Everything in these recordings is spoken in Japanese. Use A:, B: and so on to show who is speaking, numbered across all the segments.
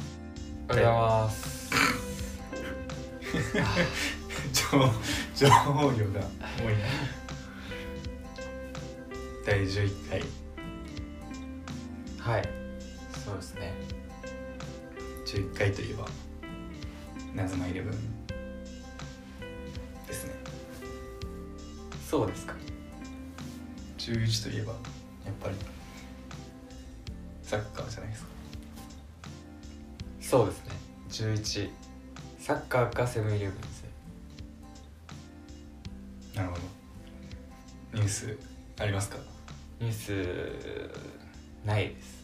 A: ありがとうございます
B: 情情報量が多いな第11回
A: はいそうですね
B: 11回といえば謎のイレブンですね
A: そうですか
B: 11といえばやっぱりサッカーじゃないですか
A: そうですね11サッカーかセブンイレブンですね
B: なるほどニュースありますか
A: ニュースないです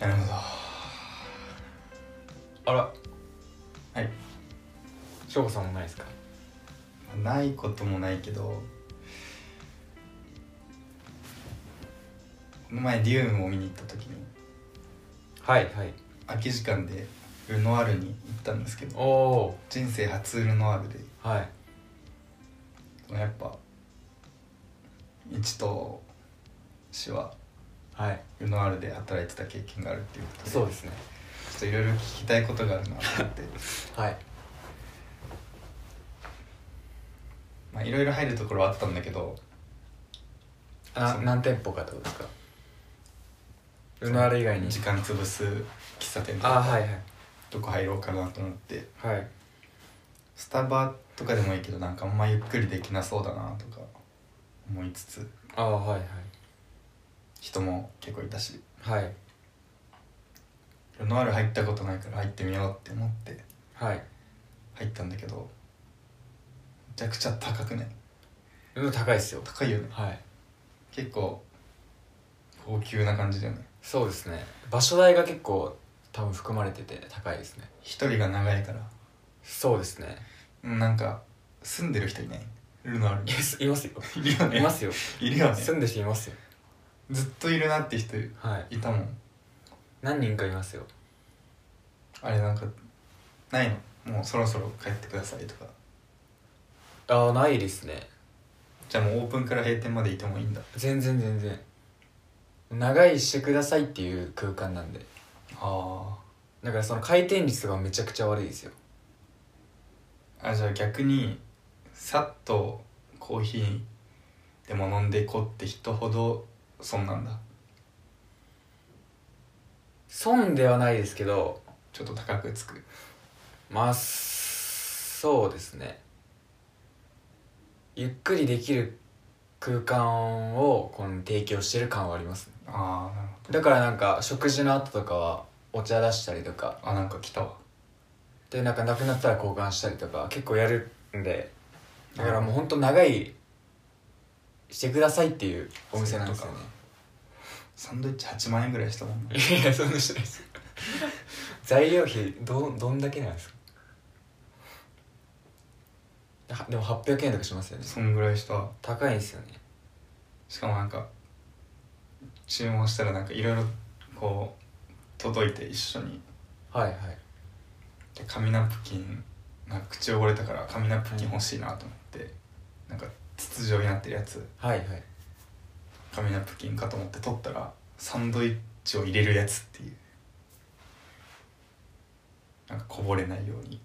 B: なるほど
A: あら
B: はい
A: 翔子さんもないですか
B: ないこともないけどこの前デュームを見に行った時に
A: はいはい
B: 空き時間でルノアールに行ったんですけど
A: おお
B: 人生初ルノアールで
A: ーはい
B: そのやっぱ一と氏は
A: はい
B: ルノアールで働いてた経験があるっていうことで
A: そうですね
B: ちょっといろいろ聞きたいことがあるなと思って
A: はい
B: まあいろいろ入るところはあったんだけど
A: な
B: そう
A: 何店舗かってことですかル
B: ル
A: ナール以外に
B: 時間潰す喫茶店と
A: あ
B: か
A: はいはい
B: どこ入ろうかなと思って
A: はい
B: スタバとかでもいいけどなんかあんまゆっくりできなそうだなとか思いつつ
A: あはい
B: 人も結構いたし
A: はいはい
B: ルノアール入ったことないから入ってみようって思って
A: はい
B: 入ったんだけどめちゃくちゃ高くね
A: うん高いですよ
B: 高いよね
A: はい
B: 結構高級な感じだよね
A: そうですね場所代が結構多分含まれてて高いですね
B: 一人が長いから
A: そうですね
B: うんなんか住んでる人いないルノアー
A: い
B: ル
A: ますい ますよ
B: にいるよね
A: いますよ
B: いるよね
A: 住んでる人いますよ
B: ずっといるなって人い
A: はい
B: たもん
A: 何人かいますよ
B: あれなんかないのもうそろそろ帰ってくださいとか
A: ああないですね
B: じゃあもうオープンから閉店までいてもいいんだ
A: 全然全然長いしてくださいっていう空間なんで
B: あ
A: だからその回転率がめちゃくちゃ悪いですよ
B: あじゃあ逆にさっとコーヒーでも飲んでこって人ほど損なんだ
A: 損ではないですけど
B: ちょっと高くつく
A: まあそうですねゆっくりできる空間をこの提供してる感はありますね
B: ああなるほ
A: だからなんか食事の後とかはお茶出したりとか
B: どあなんか来たわ
A: でなんかなくなったら交換したりとか結構やるんでだからもうほんと長いしてくださいっていうお店なんですよね
B: サンドイッチ8万円ぐらいしたもんね
A: いやそんなしない です材料費どんどんだけなんですかはでも800円とかしますよね
B: そんぐらいした
A: 高いんですよね
B: しかもなんか注文したらなんかいろいろこう届いて一緒に
A: はいはい
B: で紙ナプキンなんか口汚れたから紙ナプキン欲しいなと思って、なんか筒状になってるやつ
A: はいはい
B: 紙ナプキンかと思って取ったらサンドイッチを入れるやつっていうなんかこぼれないように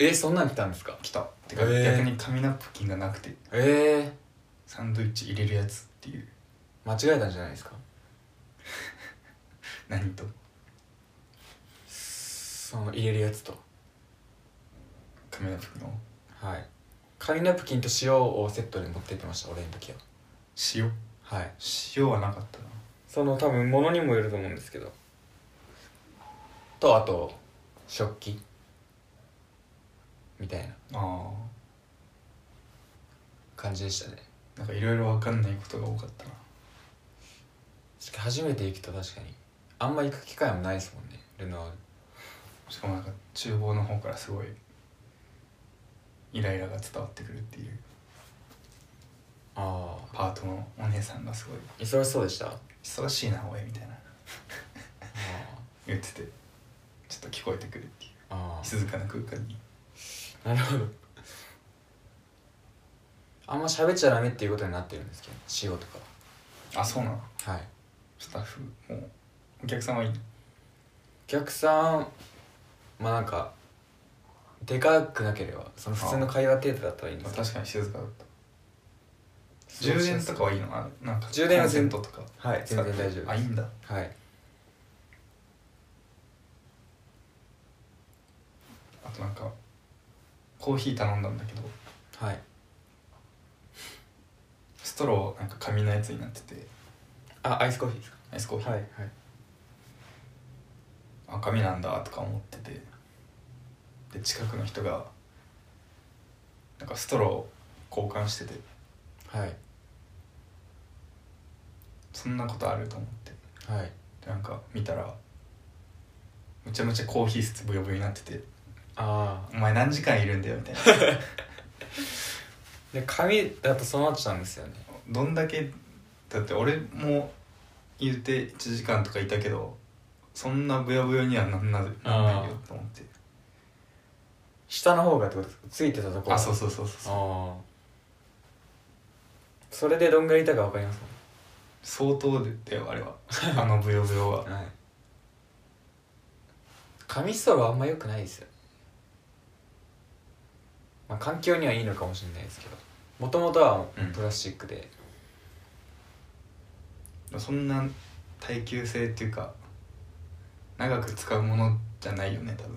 A: えそんなん来たんですか
B: 来たてか、
A: へー
B: 逆に紙ナプキンがなくて
A: え
B: サンドイッチ入れるやつっていう
A: ー、間違えたんじゃないですか
B: 何と
A: その入れるやつと
B: 紙ナプキンを
A: はい紙ナプキンと塩をセットで持ってってました俺の時は
B: 塩
A: はい
B: 塩はなかったな
A: その多分物にもよると思うんですけどとあと食器みたいな
B: あ
A: 感じでしたね
B: ーなんかいろいろ分かんないことが多かったな
A: しか初めて行くと確かにあんま行く機会もないですもんねルノワール
B: しかもなんか厨房の方からすごいイライラが伝わってくるっていう
A: あ
B: パートのお姉さんがすごい
A: あ忙しそうでしたあ
B: 「忙しいなおい」みたいな言っててちょっと聞こえてくるっていう
A: あ
B: 静かな空間に
A: なるほどあんま喋っちゃダメっていうことになってるんですけど仕事とか
B: あそうなの
A: はい
B: スタッフもお客さんはいい
A: お客さんまあなんかでかくなければその普通の会話程度だったらいいんですけど
B: 確かに静かだった
A: そう
B: 充電とかはいいのかななんか
A: 充電は
B: コンセ
A: 全
B: ン
A: 部
B: トとか
A: はい全然大丈夫
B: あいいんだ
A: はい
B: あとなんかコーヒー頼んだんだけど
A: はい
B: ストローなんか紙のやつになってて
A: あアイスコーヒーです
B: アイスコーヒー、
A: かはいはい
B: あ紙なんだとか思っててで近くの人がなんかストロー交換してて
A: はい
B: そんなことあると思って
A: はい
B: でなんか見たらむちゃむちゃコーヒー室ブヨブヨになってて
A: ああ
B: 「お前何時間いるんだよ」みたいな
A: で紙だとそうなっちゃうんですよね
B: どんだけだって俺も言うて1時間とかいたけどそんなブヨブヨにはなんななんないよと思って
A: 下の方がってことですかついてたところ
B: あそう
A: う
B: そうそうそうそう
A: ああそれでどんぐらいいたかわかります
B: 相当だよあれはあのブヨブヨは
A: はい紙ストローあんま良くないですよまあ環境にはいいのかもしれないですけどもともとは
B: うん
A: プラスチックで、
B: そんな耐久性っていうか長く使うものじゃないよね多分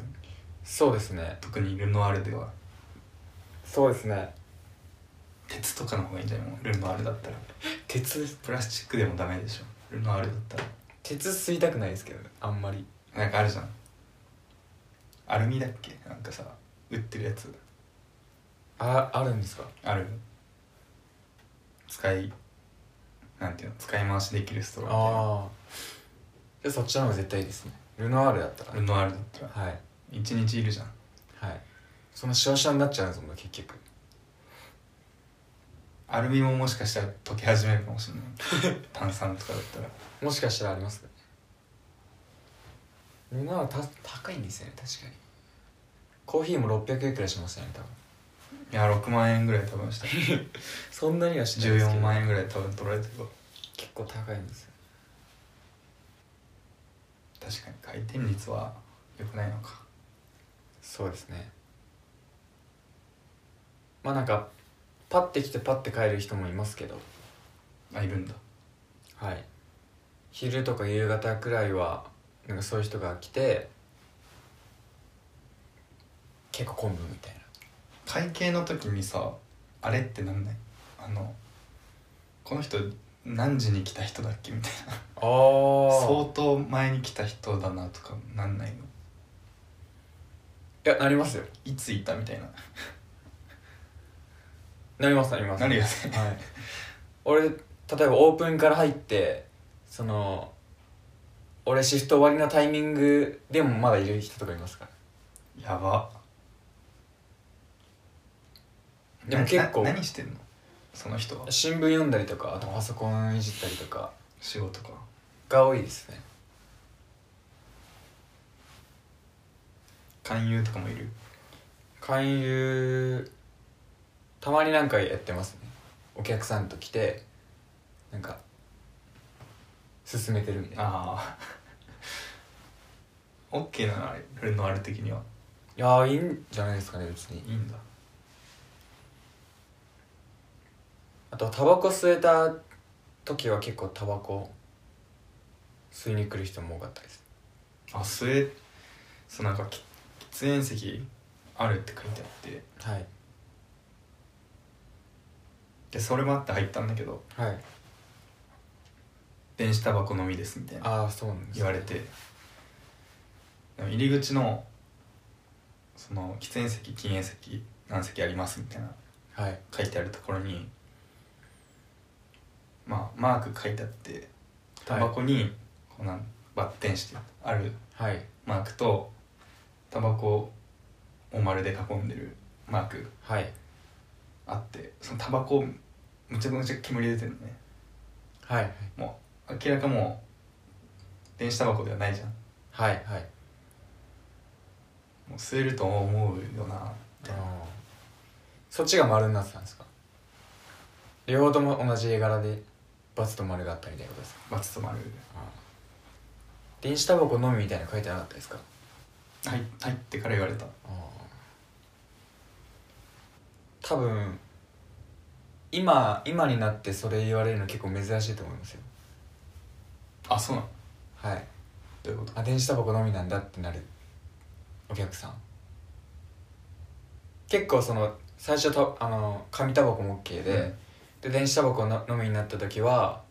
A: そうですね
B: 特にルノアールでは
A: そうですね
B: 鉄とかの方がいいんじゃないもうルノアールだったら
A: 鉄です
B: プラスチックでもダメでしょルノアールだった
A: 鉄吸いたくないですけどねあんまり
B: らなんかあるじゃんアルミだっけなんかさ売ってるやつ
A: ああるんですか
B: ある使いなんていうの使い回しできるストローみたいな
A: ああじゃあそっちの方が絶対いいですねルノアールだったら
B: ルノアールだったら
A: はい
B: 一日いるじゃん
A: はいそのシワシワになっちゃうんですもんね結局
B: アルミももしかしたら溶け始めるかもしれない 炭酸とかだったら
A: もしかしたらありますねルノアールた高いんですよね確かにコーヒーも600円くらいしましたね多分
B: いや6万円ぐらい多 分した
A: そんなにはしないですけど
B: 14万円ぐらい多分取られてるわ
A: 結構高いんですよ
B: 確かに回転率は良くないのか
A: そうですねまあなんかパッて来てパッて帰る人もいますけど
B: あいるんだ
A: はい昼とか夕方くらいはなんかそういう人が来て結構混むみたいな
B: 会計の時にさあれってなんないあのこの人何時に来た人だっけみたい
A: ああ
B: な相
A: そ
B: 当前に来た人だなとかなんないの
A: ういやなりますよ
B: いついたみたいな
A: なりますなります
B: なるよね
A: はい俺例えばオープンから入ってその俺シフト終わりのタイミングでもまだいる人とかいますから
B: やば
A: でも結構
B: な何してんのその人は
A: 新聞読んだりとかあとパソコンいじったりとか
B: 仕事か
A: が多いですね
B: 勧誘とかもいる
A: 勧誘たまに何回やってますねお客さんと来てなんか進めてるみたいない
B: あ あ OK なのあれルノアル的には
A: やーいいんじゃないですかね別に
B: いいんだ
A: あとタバコ吸えた時は結構タバコ吸いに来る人も多かったです
B: あ吸えそうなんかき喫煙席あるって書いてあって
A: はい
B: でそれもあって入ったんだけど
A: はい
B: 電子タバコのみですみたいな
A: ああそうなんです
B: 言われてでも入り口のその喫煙席禁煙席何席ありますみたいな
A: はい
B: 書いてあるところにまあマーク書いてあってタバコにこうなんバッテンしてある
A: はい
B: マークとタバコを丸で囲んでるマーク
A: はい
B: あってそのタバコむちゃむちゃ煙出てるのね
A: はい
B: もう明らかもう電子タバコではないじゃん
A: はいはいはい
B: もう吸えると思うよなって
A: あーそっちが丸になってたんですか両方とも同じ絵柄でバツと丸があったみたいなことですか
B: バツと丸
A: 電子タバコ飲みみたいなの書いてなかったですか
B: はい入ってから言われた
A: 多分今今になってそれ言われるの結構珍しいと思いますよ
B: あそうなの
A: はい
B: どういうこと
A: あ電子タバコのみなんだってなるお客さん結構その最初たあの紙タバコも OK で、で電子タバコの飲みになった時は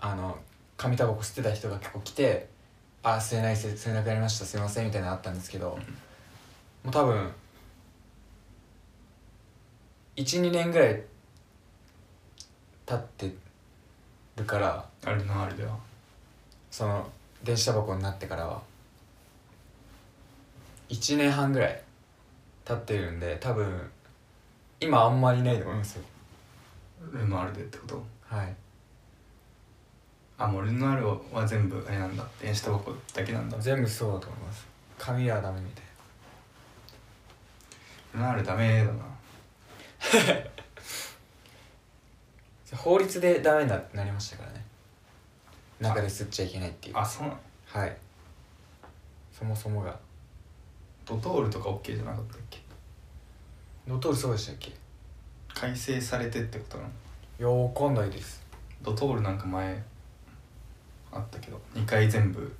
A: あの紙タバコ吸ってた人が結構来て「あ吸えない吸え吸えなくなりましたすいません」みたいなのあったんですけど、もう多分12年ぐらい経ってるから
B: あれのあれでは
A: その電子タバコになってからは1年半ぐらい経ってるんで多分今あんまりいないと思いますよ
B: ルノアールでってこと
A: はい
B: あもうルノアールは全部あれなんだ電子タバコだけなんだ
A: 全部そうだと思います紙はダメみたい
B: ルノアールダメだな
A: な法律でダメにななりましたからね中で吸っちゃいけないっていう
B: あそうなの
A: はいそもそもが
B: ドトールとか OK じゃなかったっけ
A: ドトールそうでしたっけい
B: 改正されてってことなの
A: やわかんないです
B: ドトールなんか前あったけど2回全部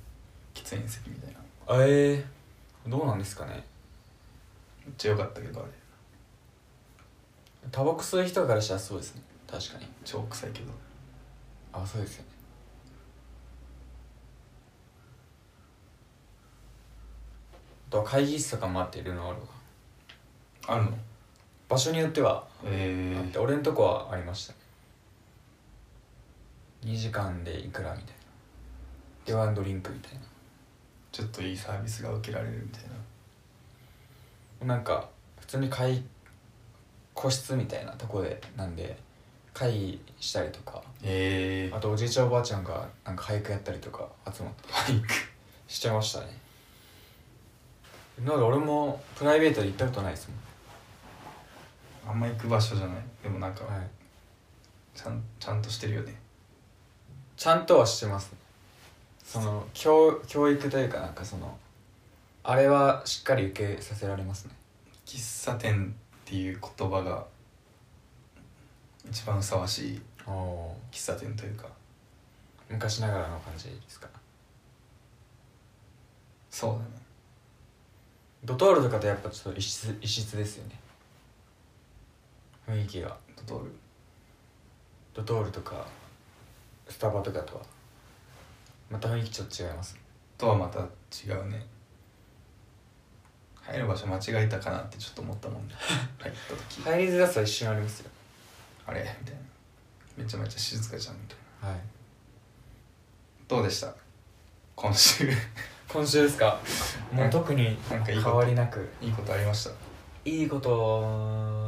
B: 喫煙席みたいな
A: ええどうなんですかね
B: めっちゃ良かったけどあれ
A: タバコ吸う人からしたらそうですね確かに
B: 超臭いけど
A: あそうですよねあとは会議室とかもあってルノワールは
B: あるの
A: 場所によっては
B: え
A: あって俺のとこはありましたね2時間でいくらみたいなデワンドリンクみたい
B: ちょっといいサービスが受けられるみたいな
A: ななんか普通に会個室みたいなとこでなんで会議したりとか
B: え
A: あとおじいちゃんおばあちゃんがなんか俳句やったりとか集まって
B: 俳句
A: しちゃいましたねなんで俺もプライベートで行ったことないです
B: あんま行く場所じゃないでもなんか
A: もん、はい、
B: ちゃんちゃんとしてるよね
A: ちゃんとはしてますねその教教育というかなんかそのあれはしっかり受けさせられますね
B: 喫茶店っていう言葉が一番ふさわしい喫茶店というか
A: 昔ながらの感じですか
B: そうだね
A: ドトールとかとやっぱちょっと異質異質ですよね雰囲気が
B: ドトール
A: ドトールとかスタバとかとはまた雰囲気ちょっと違います
B: とはまた違うね入る場所間違えたかなってちょっと思ったもん ね入った時、
A: 入りづらさは一瞬ありますよ
B: あれみたいなめちゃめちゃ静かじゃんみたいな
A: はい
B: どうでした今週
A: 今週ですか もう特に
B: なんかいい
A: 変
B: こと
A: わりなく
B: いいことありました
A: いいこと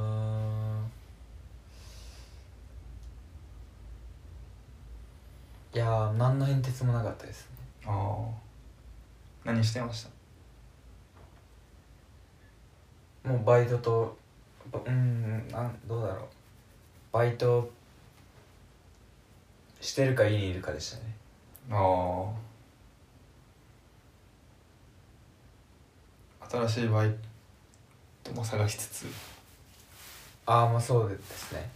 A: いやー何の変哲もなかったですね
B: ああ何してました
A: もうバイトとばうーんなんどうだろうバイトしてるか家にいるかでしたね
B: ああ新しいバイトも探しつつ
A: ああまあそうですね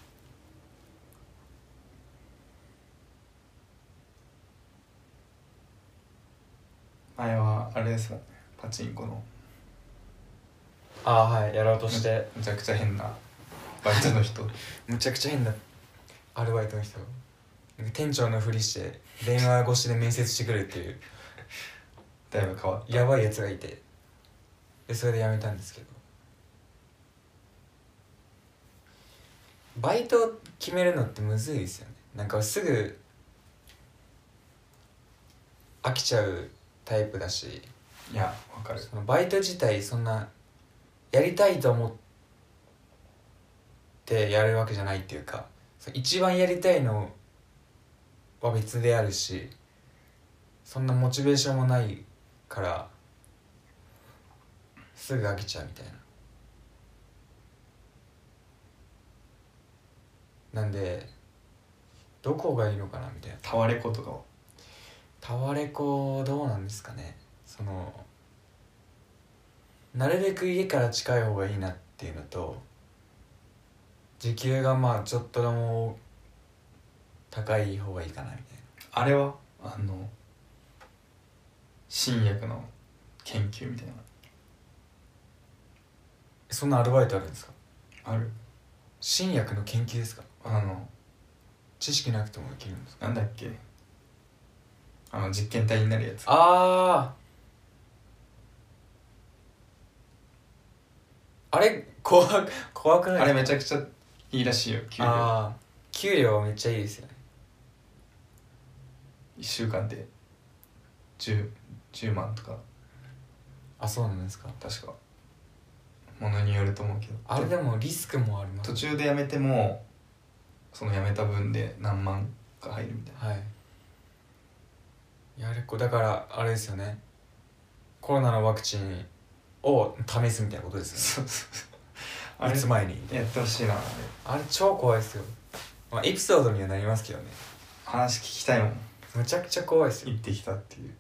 B: 前はあれですもんねパチンコの
A: ああはいやろうとして
B: めちゃくちゃ変なバイトの 人
A: むちゃくちゃ変なアルバイトの人なんか店長のふりして電話越しで面接してくるっていう
B: だいぶ変わった
A: やばいやつがいてでそれで辞めたんですけどバイト決めるのってむずいですよねなんかすぐ飽きちゃうタイプだし
B: いやわかる
A: そのバイト自体そんなやりたいと思ってやるわけじゃないっていうかその一番やりたいのは別であるしそんなモチベーションもないからすぐ飽きちゃうみたいななんでどこがいいのかなみたいな
B: タワレコとかは
A: タワレコどうなんですかねそのなるべく家から近い方がいいなっていうのと時給がまあちょっとでも高い方がいいかなみたい
B: あれはあの新薬の研究みたいな
A: なそんなアルバイトあるんですか
B: ある
A: 新薬の研究ですか
B: あの
A: 知識なくてもできるんですか
B: なんだっけあの実験体になるやつ
A: あああれ怖く怖くない
B: あれめちゃくちゃいいらしいよ給料
A: ああ給料めっちゃいいですよね
B: 1週間で 10, 10万とか
A: あそうなんですか
B: 確かものによると思うけど
A: あれでもリスクもあります
B: 途中で辞めてもその辞めた分で何万か入るみたいな
A: はいいやあれこうだからあれですよねコロナのワクチンを試すみたいなことですよ
B: そうそうそう あ
A: ね打つ前に
B: れやってほしいなあれ
A: あれ超怖いですよまあエピソードにはなりますけどね
B: 話聞きたいもん
A: むちゃくちゃ怖いですよ
B: 行ってきたっていう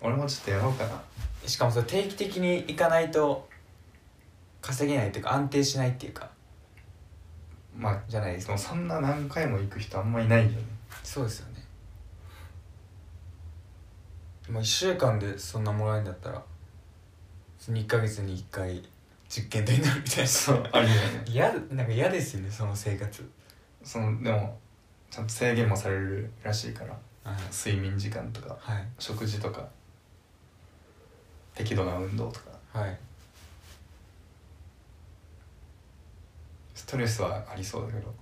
B: 俺もちょっとやろうかな
A: しかもそれ定期的に行かないと稼げないっていうか安定しないっていうか
B: まあ
A: じゃないです
B: で
A: か
B: もそんな何回も行く人あんまいないよね
A: そうですよねまあ1週間でそんなもらえるんだったら1ヶ月に1回実験台になるみたいな
B: そうありえないね
A: 嫌なんか嫌ですよねその生活
B: そのでもちゃんと制限もされるらしいから
A: はい
B: 睡眠時間とか
A: はい
B: 食事とか適度な運動とか
A: はい
B: ストレスはありそうだけど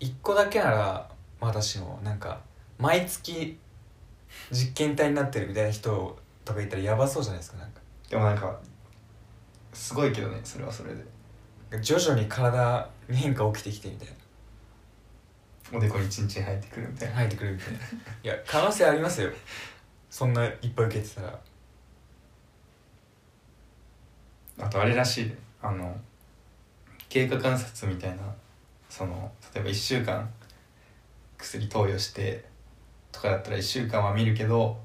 A: 1個だけなら私もなんか毎月実験体になってるみたいな人とかいたらやばそうじゃないですかなんか
B: でもなんかすごいけどねそれはそれで
A: 徐々に体に変化起きてきてみたいな
B: おでこにチンチン入ってくるみたいな
A: 入ってくるみたいないや可能性ありますよそんないっぱい受けてたら
B: あとあれらしいねあの経過観察みたいなその例えば1週間薬投与してとかだったら1週間は見るけど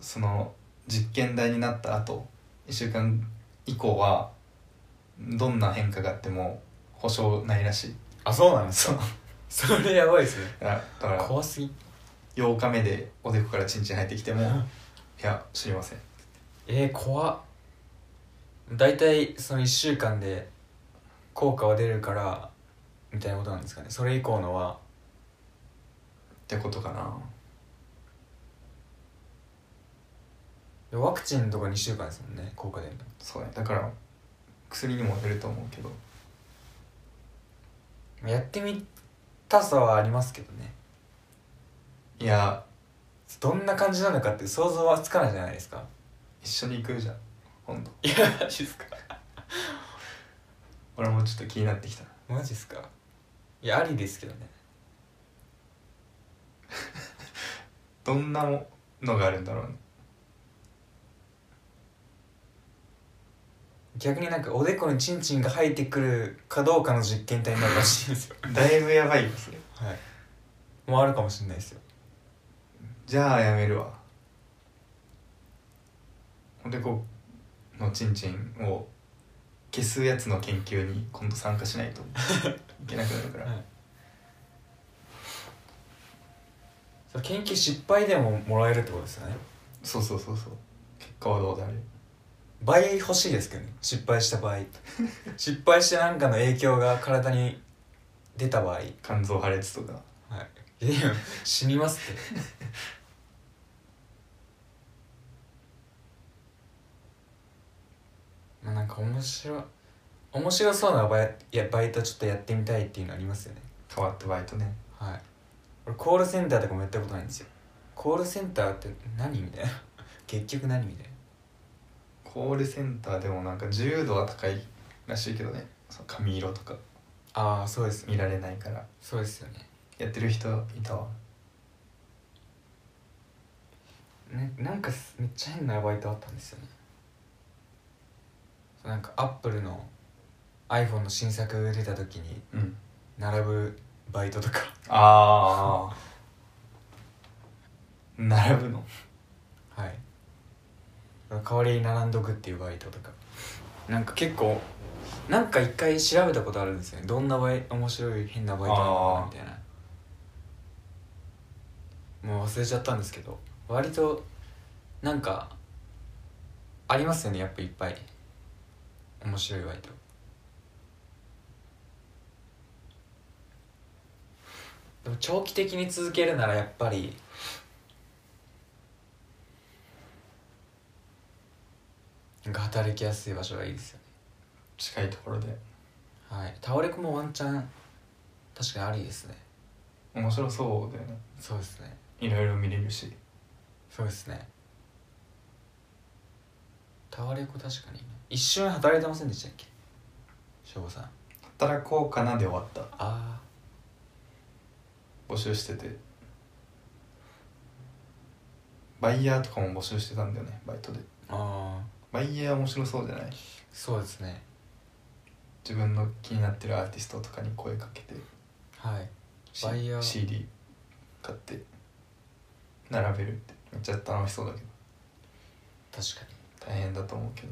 B: その実験台になった後1週間以降はどんな変化があっても保証ないらしい
A: あそうなんですか それやばいですね
B: だからだから
A: 怖すぎ
B: 8日目でおでこからチンチン入ってきても
A: うん
B: いや知りません
A: えー、怖っ大体その1週間で効果は出るからみたいなことなんですかねそれ以降のは
B: ってことかな
A: ワクチンとか2週間ですもんね効果出るの
B: そうねだから薬にもよると思うけど
A: やってみたさはありますけどね
B: いや
A: どんな感じなのかって想像はつかないじゃないですか
B: 一緒に行くじゃん今度
A: いやマジっすか
B: 俺もちょっと気になってきた
A: マジっすかいやありですけどね
B: どんなものがあるんだろうね
A: 逆になんかおでこにチンチンが生えてくるかどうかの実験体になるらしいんですよ
B: だいぶやばいよそれ
A: はいもうあるかもしれないですよ
B: じゃあやめるわほんでこうのチンチンを消すやつの研究に今度参加しないといけなくなるから、
A: はいそれ研究失敗でももらえるってことですよね
B: そうそうそうそう結果はどうであれ
A: 倍欲しいですけどね失敗した場合失敗して何かの影響が体に出た場合、はい、
B: 肝臓破裂とか
A: いや死にますって まあなんか面白い面白そうなバイいやバイトちょっとやってみたいっていうのありますよね
B: 変わったバイトね
A: はい俺コールセンターとかもやったことないんですよコールセンターって何みたいな 結局何みたいな
B: コールセンターでもなんか自由度は高いらしいけどねその髪色とか
A: ああそうです
B: 見られないから
A: そうですよね
B: やってる人いたわ
A: ねなんかすめっちゃ変なバイトあったんですよねそうなんかアップルの iPhone の新作出た時に
B: うん
A: 並ぶバイトとか
B: ああ並ぶの
A: はい代わりに並んどくっていうバイトとかなんか結構なんか一回調べたことあるんですよねどんなバイ面白い変なバイトなのかなみたいなもう忘れちゃったんですけど割となんかありますよねやっぱいっぱい面白いバイトでも長期的に続けるならやっぱりなんか働きやすい場所がいいですよね
B: 近いところで
A: はい倒れ込もワンチャン確かにありですね
B: 面白そうだよね
A: そうですね
B: いろいろ見れるし
A: そうですねタワレコ確かにね一瞬働いてませんでしたっけ省吾さんあ
B: 働こうかなで終わった
A: あ
B: 募集しててバイヤーとかも募集してたんだよねバイトで
A: ああ
B: バイヤー面白そうじゃない
A: そうですね
B: 自分の気になってるアーティストとかに声かけて、
A: はい
B: C-
A: バイヤー
B: CD 買って並べるってめっちゃ楽しそうだけど
A: 確かに
B: 大変だと思うけど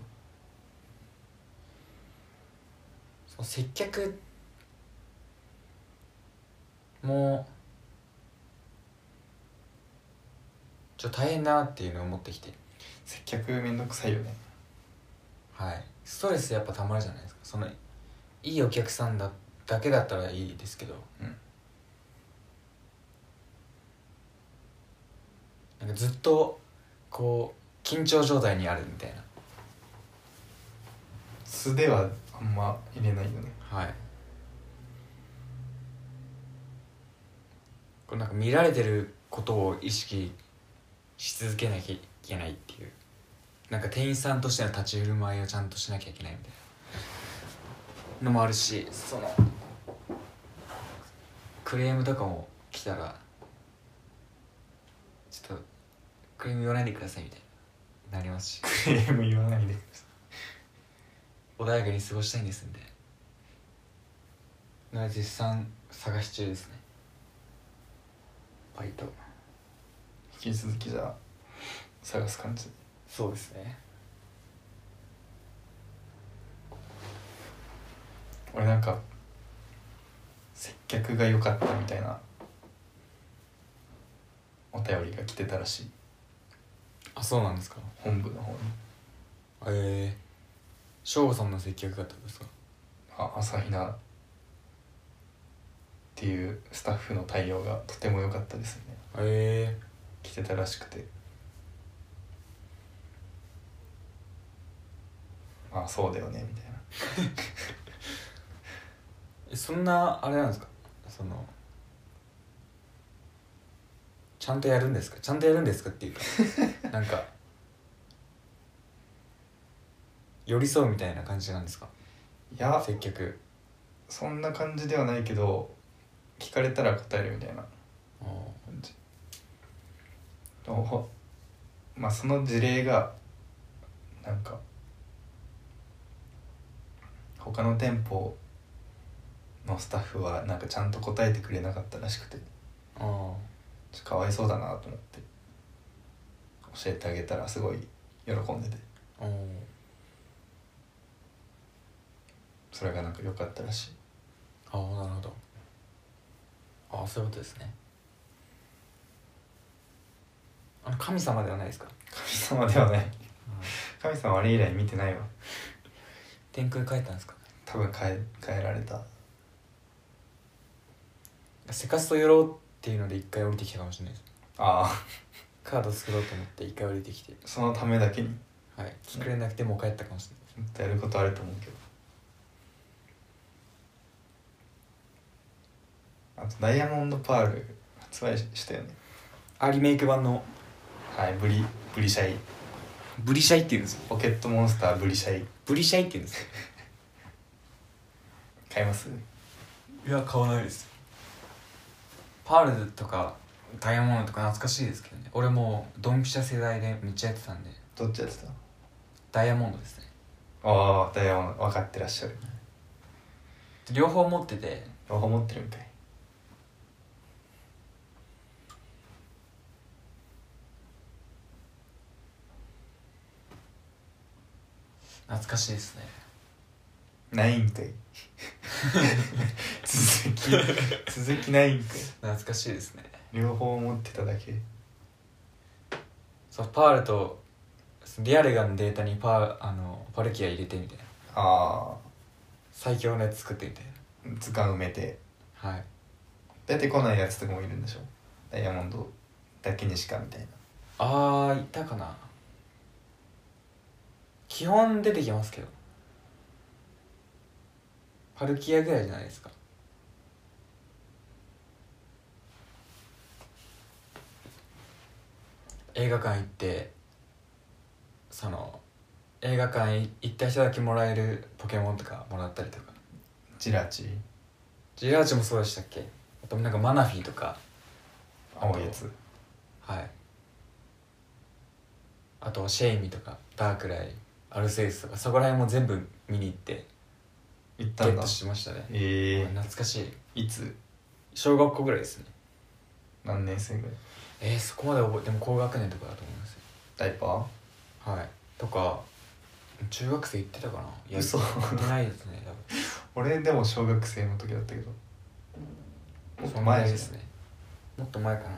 A: その接客もちょっと大変だなっていうのを思ってきて
B: 接客めんどくさいよね
A: はいストレスやっぱたまるじゃないですかそのいいお客さんだだけだったらいいですけど、
B: うん
A: なんかずっとこう緊張状態にあるみたいな
B: 素ではあんま入れないよね
A: はいこれなんか見られてることを意識し続けなきゃいけないっていうなんか店員さんとしての立ち振る舞いをちゃんとしなきゃいけないみたいなのもあるしそのクレームとかも来たらちょっとクレーム言わないでくださいみたいななりますし
B: クレーム言わないで
A: 穏やかに過ごしたいんですんでなので絶賛探し中ですねバイト
B: 引き続きじゃあ探す感じ
A: そうですね
B: 俺なんか接客が良かったみたいなお便りが来てたらしい
A: あそうなんですか
B: 本部の方に
A: ええ省吾さんの接客だったんですか
B: あ朝比奈っていうスタッフの対応がとても良かったですね
A: ええ
B: 来てたらしくてまあそうだよねみたいな
A: えそんなあれなんですかそのちゃんとやるんですかちゃんとやるんですかっていう かなんか寄り添うみたいな感じなんですか
B: いや
A: 接客
B: そんな感じではないけど聞かれたら答えるみたいな
A: あー
B: 感じとまあその事例がなんか他の店舗のスタッフはなんかちゃんと答えてくれなかったらしくて
A: あー
B: ちょっとかわいそうだなと思って教えてあげたらすごい喜んでて
A: あー
B: それがなんか良かったらしい
A: ああなるほどああそういうことですねあの神様ではないですか、
B: 神様ではない神様あれ以来見てないわ
A: 天空変えたんですか
B: 多分変え変えられた
A: セカスト寄ろうっていうので一回降りてきたかもしれないです
B: ああ
A: カード作ろうと思って一回降りてきて
B: そのためだけに
A: はい作れなくてもう帰ったかもしれ
B: もっとやることあると思うけどあと「ダイヤモンドパール」発売したよね
A: ないあリメイク版の
B: はいブリブリシャイ
A: ブリシャイっていうんですよ
B: ポケットモンスターブリシャイ
A: ブリシャイっていうんです
B: 買います
A: いや買わないですパールとかダイヤモンドとか懐かしいですけどね俺もうドンピシャ世代でめっちゃやってたんで
B: どっちやってた
A: ダイヤモンドですね
B: ああダイヤモンド分かってらっしゃる
A: 両方持ってて
B: 両方持ってるみたい
A: 懐かしいですね
B: ないんかい続き続きないんかい
A: 懐かしいですね
B: 両方持ってただけ
A: そうパールとリアルガンのデータにパーあのパルキア入れてみたいな
B: あ
A: 最強のやつ作ってみたい
B: あ図鑑埋めて
A: なはい
B: 出てこないやつとかもいるんでしょダイヤモンドだけにしかみたいな
A: あーいたかな基本出てきますけどパルキアぐらいじゃないですか映画館行ってその映画館い行った人だけもらえるポケモンとかもらったりとか
B: ジラチ
A: ジラーチもそうでしたっけあとなんかマナフィーとか
B: 青いやつ
A: はいあとシェイミとかダークライアルセウスとかそこら辺も全部見に行って
B: 行った
A: ゲ
B: ん
A: ッ
B: だ
A: トしましたね
B: ええ
A: 懐かしい
B: いつ
A: 小学校ぐらいですね
B: 何年生ぐらい
A: えー、そこまで覚えても高学年とかだと思いますよ
B: ダイパ
A: はいとか中学生行ってたかない
B: ー嘘
A: 行ってないですね多
B: 俺でも小学生の時だったけども
A: 分
B: っ
A: そ
B: と
A: の前
B: 前
A: で
B: です
A: す
B: ね
A: ねもっと前かな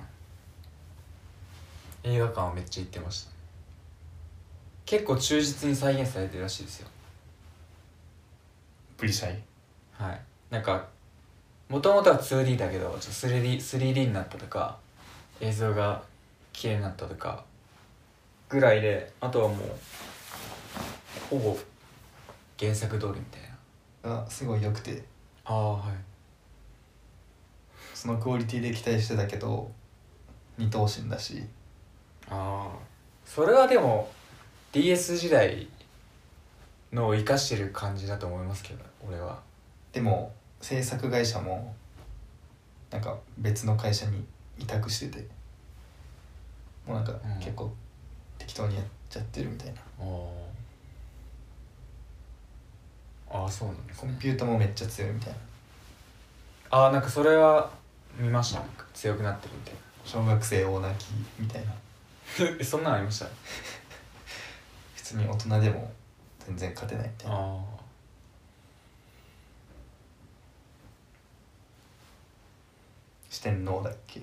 A: 映画館はめっちゃ行ってました結構忠実に再現されてるらしいですよ
B: プリシャイ
A: はいなんかもともとは 2D だけどちょっと 3D, 3D になったとか映像が綺麗になったとかぐらいであとはもうほぼ原作通りみたいな
B: がすごい良くて
A: ああはい
B: そのクオリティで期待してたけど二等身だし
A: ああそれはでも DS 時代のを生かしてる感じだと思いますけど俺は
B: でも制作会社もなんか別の会社に委託しててもうなんか
A: うん
B: 結構適当にやっちゃってるみたいな、
A: ああああそうなんです
B: コ
A: ね
B: ンピュータもめっちゃ強いみたいな
A: ああなんかそれは見ましたなんか強くなってるみたいな
B: 小学生大泣きみたいな
A: えそんなのありました
B: 普通に大人でも全然勝てないみたいな
A: あ
B: 四天王だっけ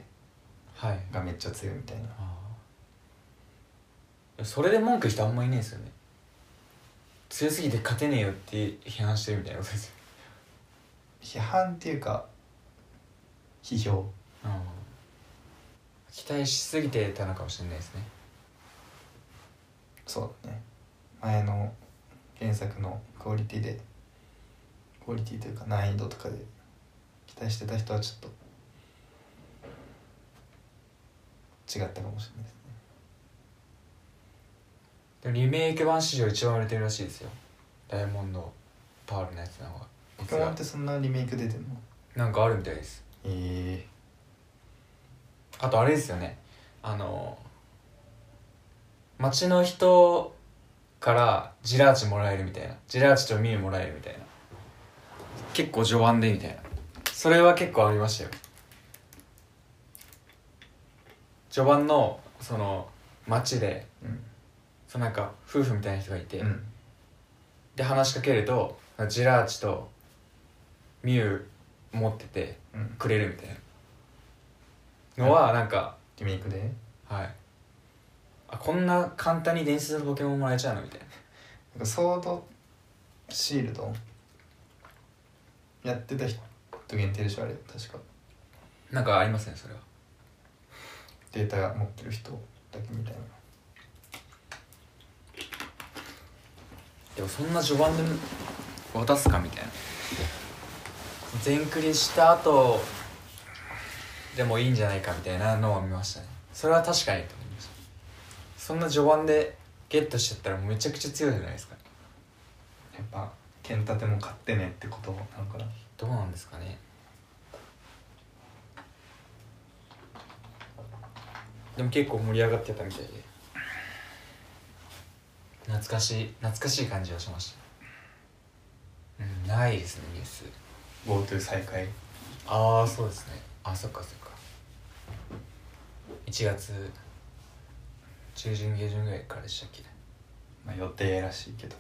A: あはい
B: がめっちゃ強いみたいな
A: ああそれで文句してあんまいねえですよね強すぎて勝てねえよって批判してるみたいなことですよ、
B: 批判っていうか批評
A: うん、期待しすぎてたのかもしれないですね
B: そうだね前の原作のクオリティでクオリティというか難易度とかで期待してた人はちょっと違ったかもしれないですね
A: でもリメイク版史上一番売れてるらしいですよダイヤモンドパールのやつの方が
B: ポケモンってそんなリメイク出てんの
A: なんかあるみたいです
B: ええ
A: あとあれですよねあの町の人からジラーチもらえるみたいなジラーチとミュウもらえるみたいな結構序盤でみたいなそれは結構ありましたよ序盤のその町で
B: うん
A: そのなんか夫婦みたいな人がいて、
B: うん
A: で話しかけるとジラーチとミュウ持ってて
B: うん
A: くれるみたいなのはなんか、
B: リメイクで
A: はいあこんな簡単に伝説のポケモンもらえちゃうのみたいな
B: なんかソードシールドやってた人限定でしょあれ確か
A: なんかありますねそれは
B: データ持ってる人だけみたいな
A: でもそんな序盤で渡すかみたいな全クリした後でもいいんじゃないかみたいなのを見ましたねそれは確かにと思いましたそんな序盤でゲットしちゃったらめちゃくちゃ強いじゃないですか
B: やっぱ剣立ても買ってねってことなのかな
A: どうなんですかねでも結構盛り上がってたみたいで懐かしい懐かしい感じはしましたうんないですねニュース
B: GoTo 再開
A: ああそうですねあそっかそっか1月中旬下旬ぐらいからでしたっけ
B: まあ予定らしいけど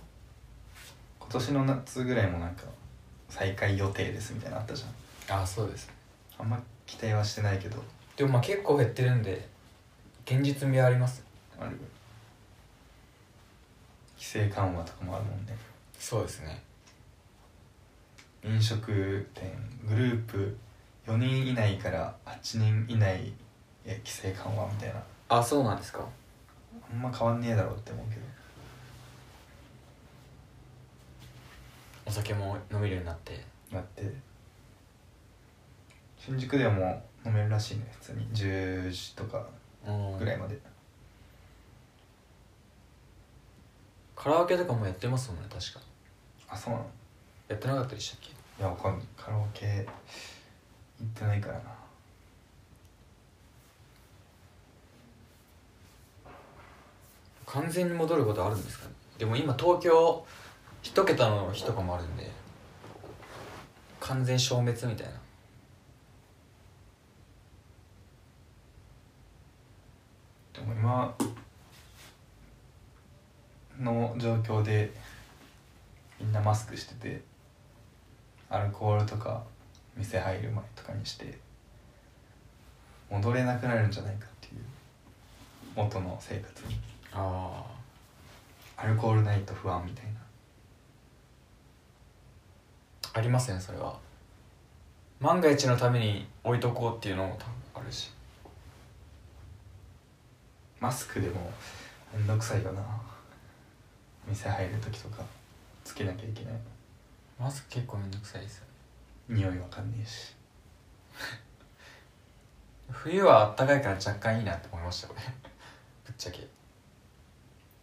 B: 今年の夏ぐらいもなんか再開予定ですみたいなのあったじゃん
A: あそうです
B: あんま期待はしてないけど
A: でもまあ結構減ってるんで現実味はあります
B: ある規制緩和とかもあるもんね
A: そうですね
B: 飲食店グループ4人以内から8人以内へ規制緩和みたいな
A: あそうなんですか
B: あんま変わんねえだろうって思うけど
A: お酒も飲めるようになって
B: だって新宿ではもう飲めるらしいね普通に10時とかぐらいまで
A: カラオケとかもやってますもんね確か
B: あそうなの
A: やってなかったでしたっけ
B: いやわかんないカラオケ行ってないからな
A: 完全に戻ることあるんですかねでも今東京一桁の日とかもあるんで完全消滅みたいな
B: でも今の状況でみんなマスクしててアルコールとか店入る前とかにして戻れなくなるんじゃないかっていう元の生活に
A: ああ
B: アルコールないと不安みたいな
A: ありますねそれは万が一のために置いとこうっていうのも多分あるし
B: マスクでもめんどくさいよな店入る時とかつけなきゃいけない
A: マスク結構めんどくさいですよね
B: 匂いわかんねえし
A: 冬は暖かいから若干いいなって思いましたよね ぶっちゃけ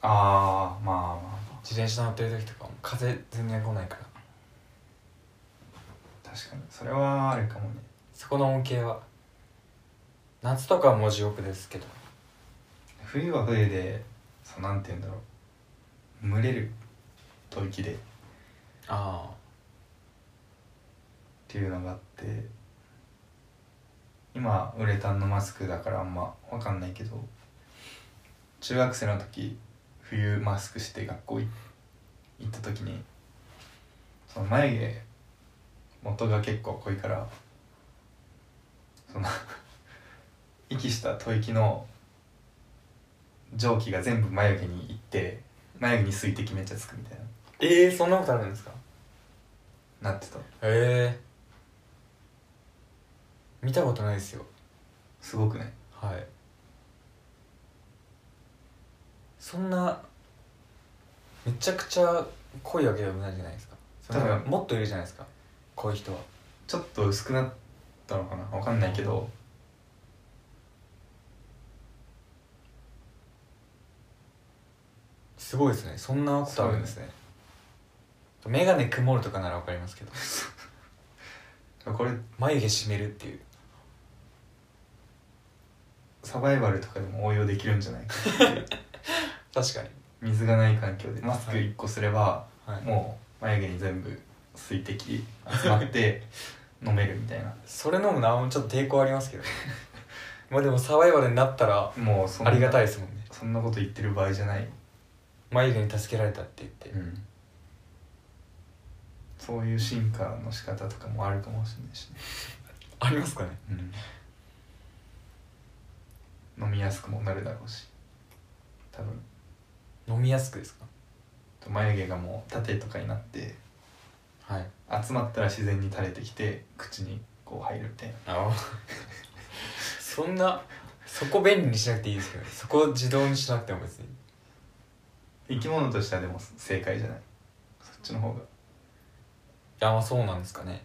B: ああまあまあま
A: 自転車乗ってる時とかも風全然来ないから
B: あ確かにそれはあるかもね
A: そこの恩恵は夏とかはもう地獄ですけど
B: 冬は冬でそうなんて言うんだろう蒸れる吐息でっ
A: ああ
B: ていうのがあって今ウレタンのマスクだからあんまわかんないけど中学生の時冬マスクして学校い行った時にその眉毛元が結構濃いからその 息した吐息の蒸気が全部眉毛に行って眉毛に水滴めっちゃつくみたいな
A: ええそんなことあるんですか
B: なってた
A: へえ見たことないですよ
B: すごくね
A: はいそんなめちゃくちゃ濃いわけでもないじゃないですかそ
B: だから
A: のもっといるじゃないですか濃い人は
B: ちょっと薄くなったのかなわかんないけど
A: すごいですねそんなことあるんですね眼鏡曇るとかならわかりますけど
B: これ
A: 眉毛締めるっていう
B: サバイバルとかでも応用できるんじゃないかっていう
A: 確かに、
B: 水がない環境でマスク1個すれば
A: はい、
B: もう眉毛に全部水滴集まって 飲めるみたいな
A: それ飲むのはちょっと抵抗ありますけどまあでもサバイバルになったら
B: もうそん
A: あ
B: な
A: りがたいですもんね
B: そんなこと言ってる場合じゃない、
A: 眉毛に助けられたって言って、
B: うんそういう進化の仕方とかもあるかもしれないしね、
A: ありますかね
B: 飲みやすくもなるだろうし多分
A: 飲みやすくですか
B: 眉毛がもう縦とかになって
A: はい
B: 集まったら自然に垂れてきて口にこう入るみたいな
A: あそんなそこ便利にしなくていいですけどねそこ自動にしなくても別に
B: 生き物としてはでも正解じゃないそっちの方が
A: あまあそうなんですかね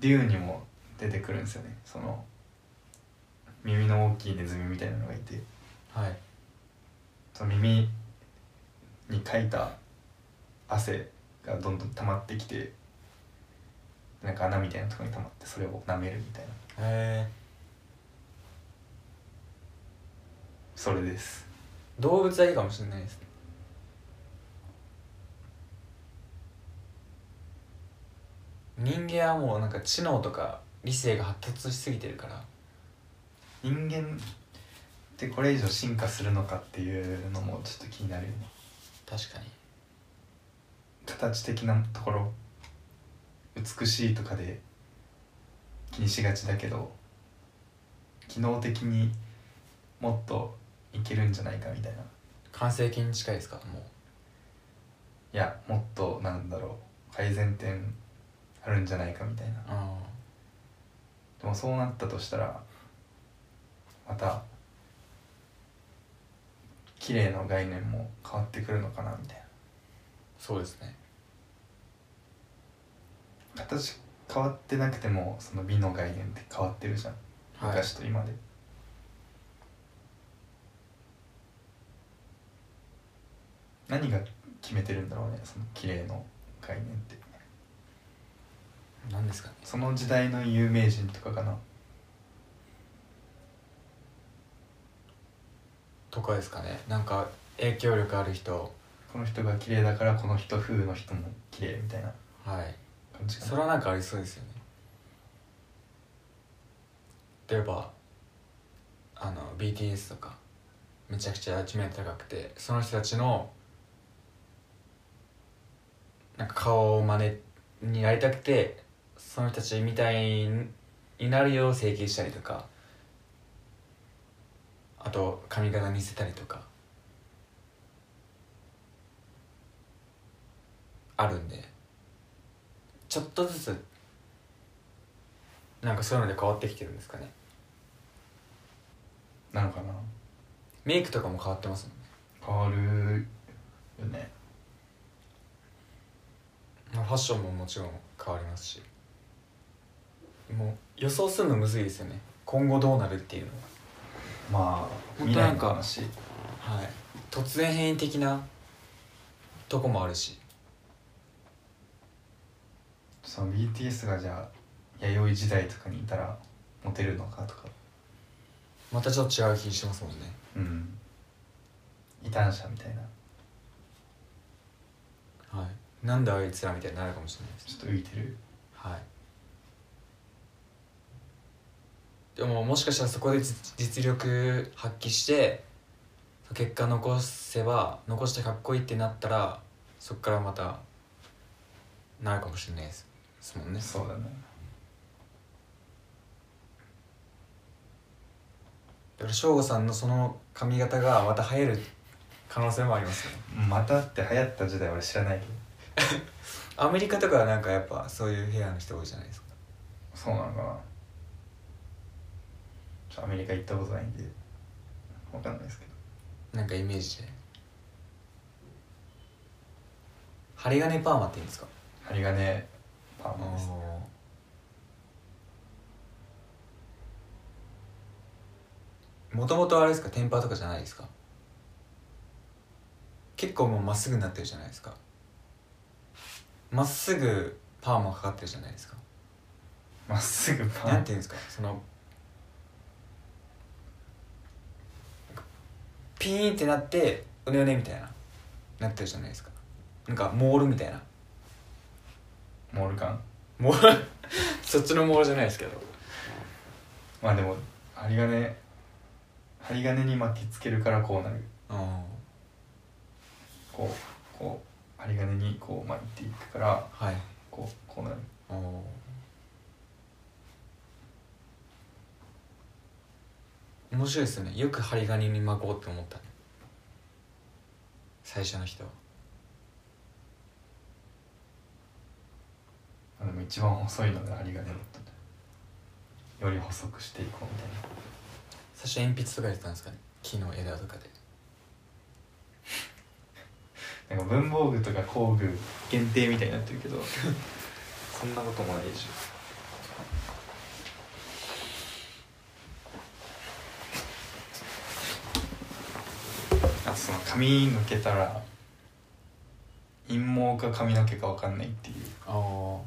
B: 竜にも出てくるんですよねその耳の大きいネズミみたいなのがいて
A: はい
B: その耳にかいた汗がどんどん溜まってきてなんか穴みたいなところに溜まってそれを舐めるみたいな
A: へえ
B: それです
A: 動物はいいかもしれないですね人間はもうなんか知能とか理性が発達しすぎてるから
B: 人間ってこれ以上進化するのかっていうのもちょっと気になるよね
A: 確かに
B: 形的なところ美しいとかで気にしがちだけど機能的にもっといけるんじゃないかみたいな
A: 完成形に近いですかもう
B: いやもっとなんだろう改善点あるんじゃないかみたいな
A: あ
B: でもそうなったとしたらまた綺麗の概念も変わってくるのかなみたい
A: そうですね
B: な形変わってなくてもその美の概念って変わってるじゃん
A: はい
B: 昔と今で、何が決めてるんだろうねその綺麗の概念って
A: 何ですかね
B: その時代の有名人とかかな
A: とかですかねなんか影響力ある人
B: この人が綺麗だからこの人風の人も綺麗みたいな
A: はい
B: 感じかな
A: それはなんかありそうですよね例えばあの BTS とかめちゃくちゃ知名度高くてその人たちのなんか顔を真似になりたくてその人たちみたいになるよう整形したりとかあと髪型見せたりとかあるんでちょっとずつなんかそういうので変わってきてるんですかね
B: なのかな
A: メイクとかも変わってますもんね
B: 変わるよね
A: まあファッションももちろん変わりますしもう予想するのむずいですよね今後どうなるっていうの
B: まあ
A: 本当なんか
B: 未来の話
A: ははい突然変異的なとこもあるし
B: その BTS がじゃあ弥生時代とかにいたらモテるのかとか
A: またちょっと違う気してますもんね
B: うん異端者みたいな
A: はいなんであいつらみたいになるかもしれないです
B: ちょっと浮いてる
A: はいでももしかしたらそこで実実力発揮して結果残せば残してかっこいいってなったらそこからまたなるかもしれないですですもんね
B: そうだね
A: だから省吾さんのその髪型がまた流行る可能性もありますよね
B: またって流行った時代俺知らないけど
A: アメリカとかはなんかやっぱそういうヘアの人多いじゃないですか
B: そうなのかなちょっとアメリカ行ったことないんでわかんないですけど
A: なんかイメージで針金パーマって言うんですか
B: 針金パーマですね
A: もともとあれですかテンパーとかじゃないですか結構もうまっすぐになってるじゃないですかまっすぐパーマかかってるじゃないですか
B: まっすぐパー
A: なん
B: マ
A: ていうんですかそのピーンってなってうねうねみたいななってるじゃないですかなんかモールみたいな
B: モール感
A: モール そっちのモールじゃないですけど
B: まあでも針金針金に巻きつけるからこうなる
A: うん
B: こうこう針金にこう巻いていくから
A: はい
B: こうこうなる
A: おー面白いですよねよく針金に巻こうって思ったね最初の人は
B: あでも一番細いのが針金だったんだより細くしていこうみたいな
A: 最初鉛筆とかやってたんですかね木の枝とかで
B: なんか文房具とか工具限定みたいになってるけど そんなこともないでしょあとその髪抜けたら陰毛か髪の毛か分かんないっていう
A: あ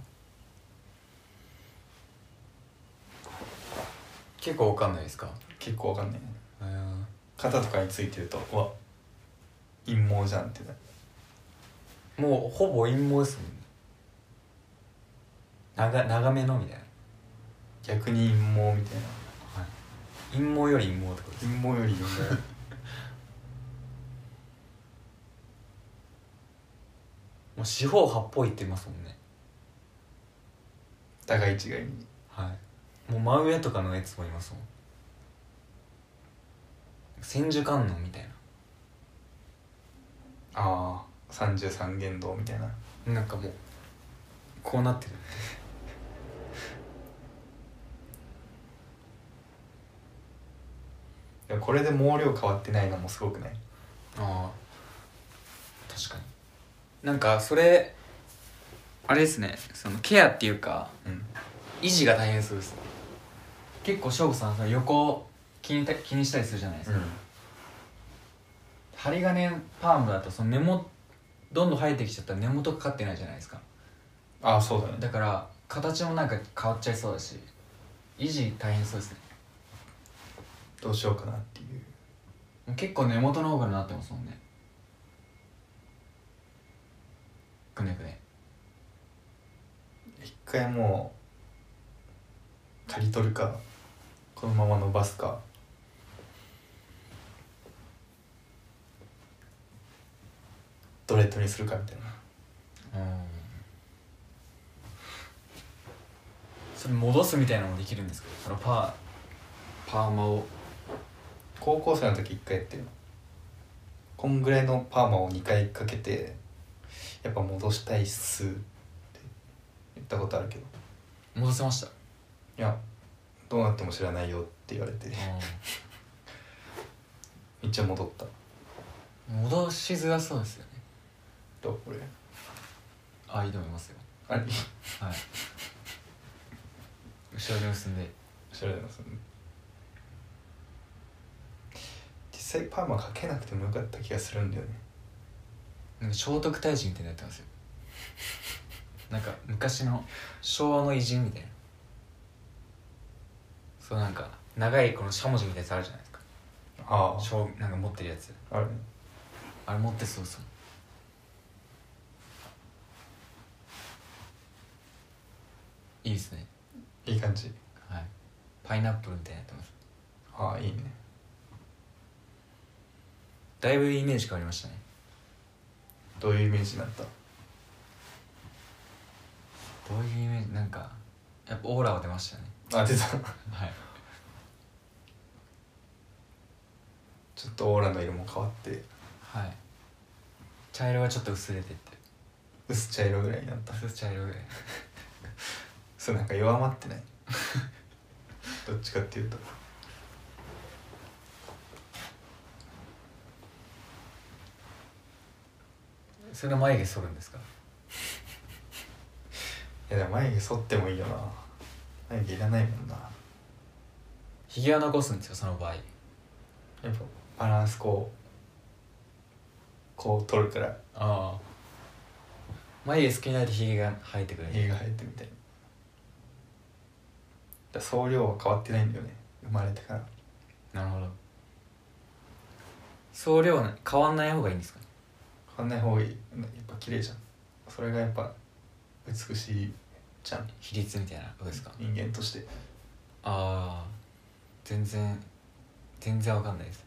A: あ結構わかんないですか
B: 結構分かんないね
A: うん
B: 肩とかについてるとうわ陰毛じゃんってなる
A: もうほぼ陰謀ですもんね長長めのみたいな、
B: 逆に陰毛みたいな
A: 陰謀より陰謀ってことです
B: 陰謀より陰謀
A: もう四方八方行ってますもんね
B: 互い違いに
A: はいもう真上とかのやつもいますもん千手観音みたい
B: ああ33言動みたいな
A: ななんかもうこうなってる
B: でもこれで毛量変わってないのもすごくない
A: ああ確かになんかそれあれですねそのケアっていうか
B: うん
A: 維持が大変そうですね結構省吾さんその横気にた気にしたりするじゃないですか、針金パームだとその根元どんどん生えてきちゃったら根元かかってないじゃないですか
B: ああそうだね
A: だから形もなんか変わっちゃいそうだし維持大変そうですね
B: どうしようかなっていう
A: 結構根元の方からなってますもんねくねくね
B: 一回もう刈り取るかこのまま伸ばすかドレッドにするかみたいな
A: うんそれ戻すみたいなのもできるんですけどそのパーパーマを
B: 高校生の時一回やってるこんぐらいのパーマを2回かけてやっぱ戻したいっすって言ったことあるけど
A: 戻せました
B: いやどうなっても知らないよって言われてめっちゃ戻った
A: 戻しづらそうですよね
B: どうこれ
A: あいいと思いますよ
B: あれ
A: はい後ろで結んで
B: 知られますね実際パーマかけなくてもよかった気がするんだよね
A: なんか聖徳太子みたいになってますよなんか昔の昭和の偉人みたいなそうなんか長いこのしゃもじみたいなやつあるじゃないですか
B: あ
A: しょうなんか持ってるやつ
B: あれ
A: あれ持ってそうそういいですね
B: いい感じ
A: はいパイナップルみたいになってます
B: ああいいね
A: だいぶイメージ変わりましたね
B: どういうイメージになった
A: どういうイメージなんかやっぱオーラは出ましたね
B: あ出た
A: はい
B: ちょっとオーラの色も変わって
A: はい茶色がちょっと薄れてって
B: 薄茶色ぐらいになった
A: 薄茶色ぐらい
B: そうなんか弱ま ってないどっちかっていうと
A: それが眉毛剃るんですか
B: いやでも眉毛剃ってもいいよな眉毛いらないもんな
A: ひげは残すんですよその場合
B: やっぱバランスこうこう取るから
A: ああ眉毛少ないとひげが生えてくる
B: 家が生えてみたいなだから総量は変わってないんだよね生まれてから
A: なるほど総量な変わんない方がいいんですか
B: 変わんない方がいいやっぱ綺麗じゃんそれがやっぱ美しいじゃん
A: 比率みたいなことですか
B: 人間として
A: ああ全然全然わかんないです